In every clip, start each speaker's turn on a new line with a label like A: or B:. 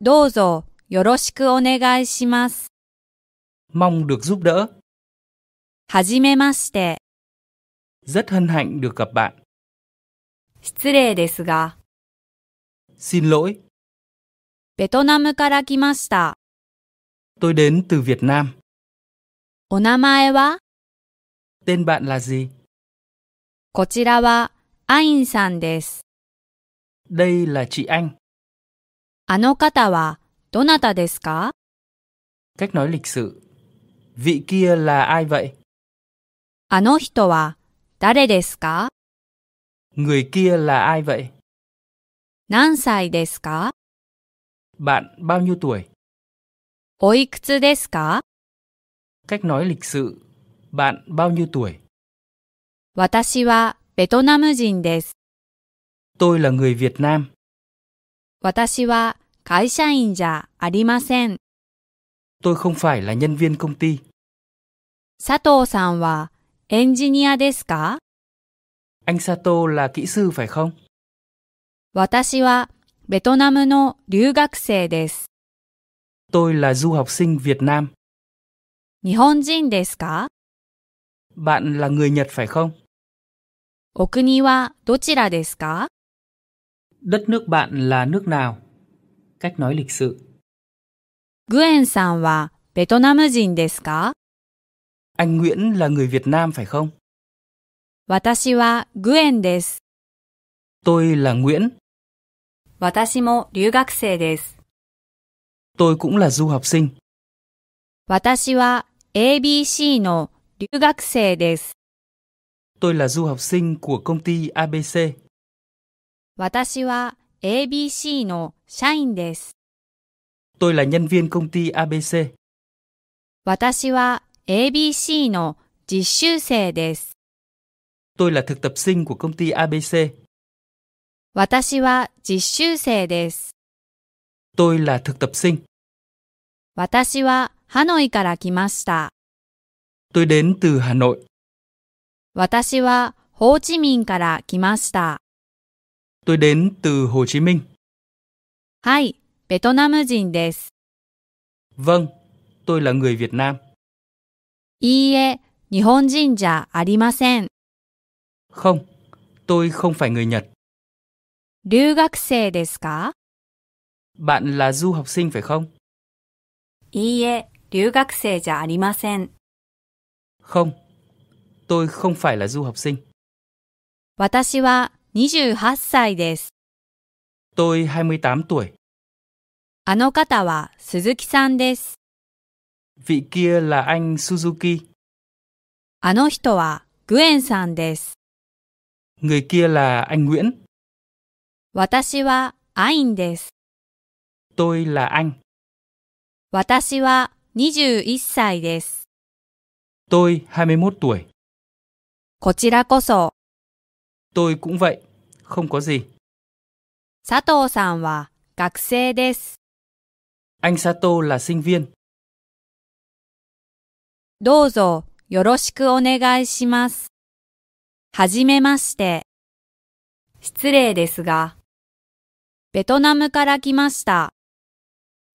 A: どうぞよろしくお願いします。
B: mong được giúp đỡ.
A: はじめまして。
B: Rất hân hạnh được gặp bạn.
A: 失礼ですが、
B: Xin lỗi,
A: ベトナムから来ました。
B: tôi đến từ Việt Nam.
A: お名前は
B: Tên bạn là gì?
A: こちらはアインさんです。
B: Đây là chị Anh.
A: あの方はどなたですか
B: Cách nói lịch sự. Vị kia là ai vậy?
A: あの人は誰ですか
B: Người kia là ai vậy?
A: 何歳ですか
B: Bạn bao nhiêu tuổi?
A: おいくつですか
B: Cách nói lịch sự. Bạn bao nhiêu tuổi?
A: 私はベトナム人です。
B: Tôi là người Việt Nam.
A: 私は会社員じゃありません。
B: Tôi không phải là nhân viên công ty.
A: 佐藤さんはエンジニアですか
B: Anh Sato là kỹ sư phải không?
A: 私はベトナムの留学生です。
B: Tôi là du học sinh Việt Nam.
A: 日本人ですか
B: Bạn là người Nhật phải không?
A: お国はどちらですか
B: Đất nước bạn là nước nào? Cách nói lịch sự.
A: グエンさんはベトナム人ですか
B: Anh Nguyễn là người Việt Nam phải không?
A: 私はグエンです。
B: Tôi là Nguyễn,
A: 私も留学生です。
B: tôi cũng là du học sinh.
A: 私は ABC の留学生です。
B: Tôi là du học sinh của công ty ABC.
A: 私は ABC の社員です。
B: Tôi là nhân viên công ty ABC.
A: 私は ABC の実習生です。
B: Tôi là thực tập sinh của công ty ABC.
A: 私は実習生です。
B: Tôi là thực tập sinh.
A: 私はハノイから来ました。
B: Tôi đến từ Hà Nội.
A: 私はホーチミンから来ました。
B: Tôi đến từ Hồ Chí Minh.
A: はい、ベトナム人です。
B: Vâng, tôi là người Việt Nam.
A: いいえ、日本人じゃありません。
B: Không, tôi không phải người Nhật.
A: 留学生ですか
B: Bạn là du học sinh phải không?
A: いいえ、留学生じゃありません。
B: Không, tôi không phải là du học sinh.
A: 私は28歳です。
B: Tôi 28 tuổi.
A: あの方は鈴木さんです。
B: Vị kia là anh Suzuki.
A: あの人はグエンさんです。
B: Người kia là anh Nguyễn.
A: 私はアインです。
B: Tôi là anh.
A: 私は21歳です。
B: Tôi 21 tuổi.
A: こちらこそ、
B: Tôi cũng vậy. Không có gì.
A: 佐藤さんは学生です。
B: Anh Sato là sinh viên.
A: どうぞよろしくお願いします。はじめまして。失礼ですが、ベトナムから来ました。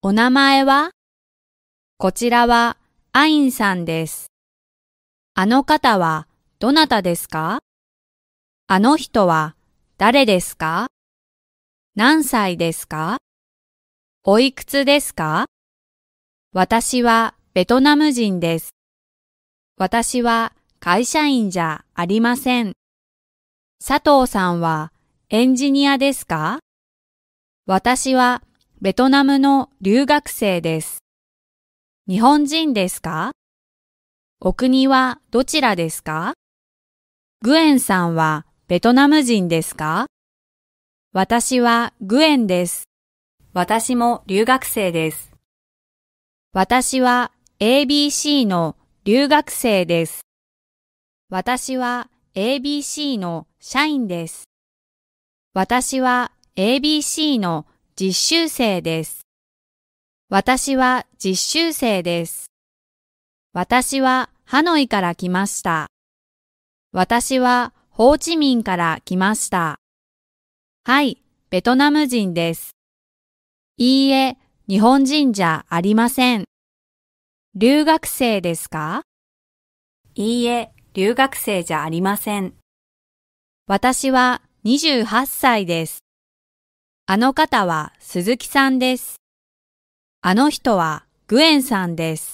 A: お名前はこちらはアインさんです。あの方はどなたですかあの人は誰ですか何歳ですかおいくつですか私はベトナム人です。私は会社員じゃありません。佐藤さんはエンジニアですか私はベトナムの留学生です。日本人ですかお国はどちらですかグエンさんはベトナム人ですか私はグエンです。私も留学生です。私は ABC の留学生です。私は ABC の社員です。私は ABC の実習生です。私は実習生です。私はハノイから来ました。私はホーチミンから来ました。はい、ベトナム人です。いいえ、日本人じゃありません。留学生ですかいいえ、留学生じゃありません。私は28歳です。あの方は鈴木さんです。あの人はグエンさんです。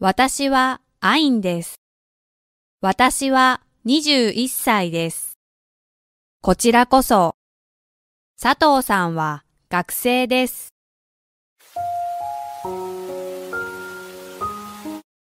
A: 私はアインです。私は21歳です。こちらこそ、佐藤さんは学生です。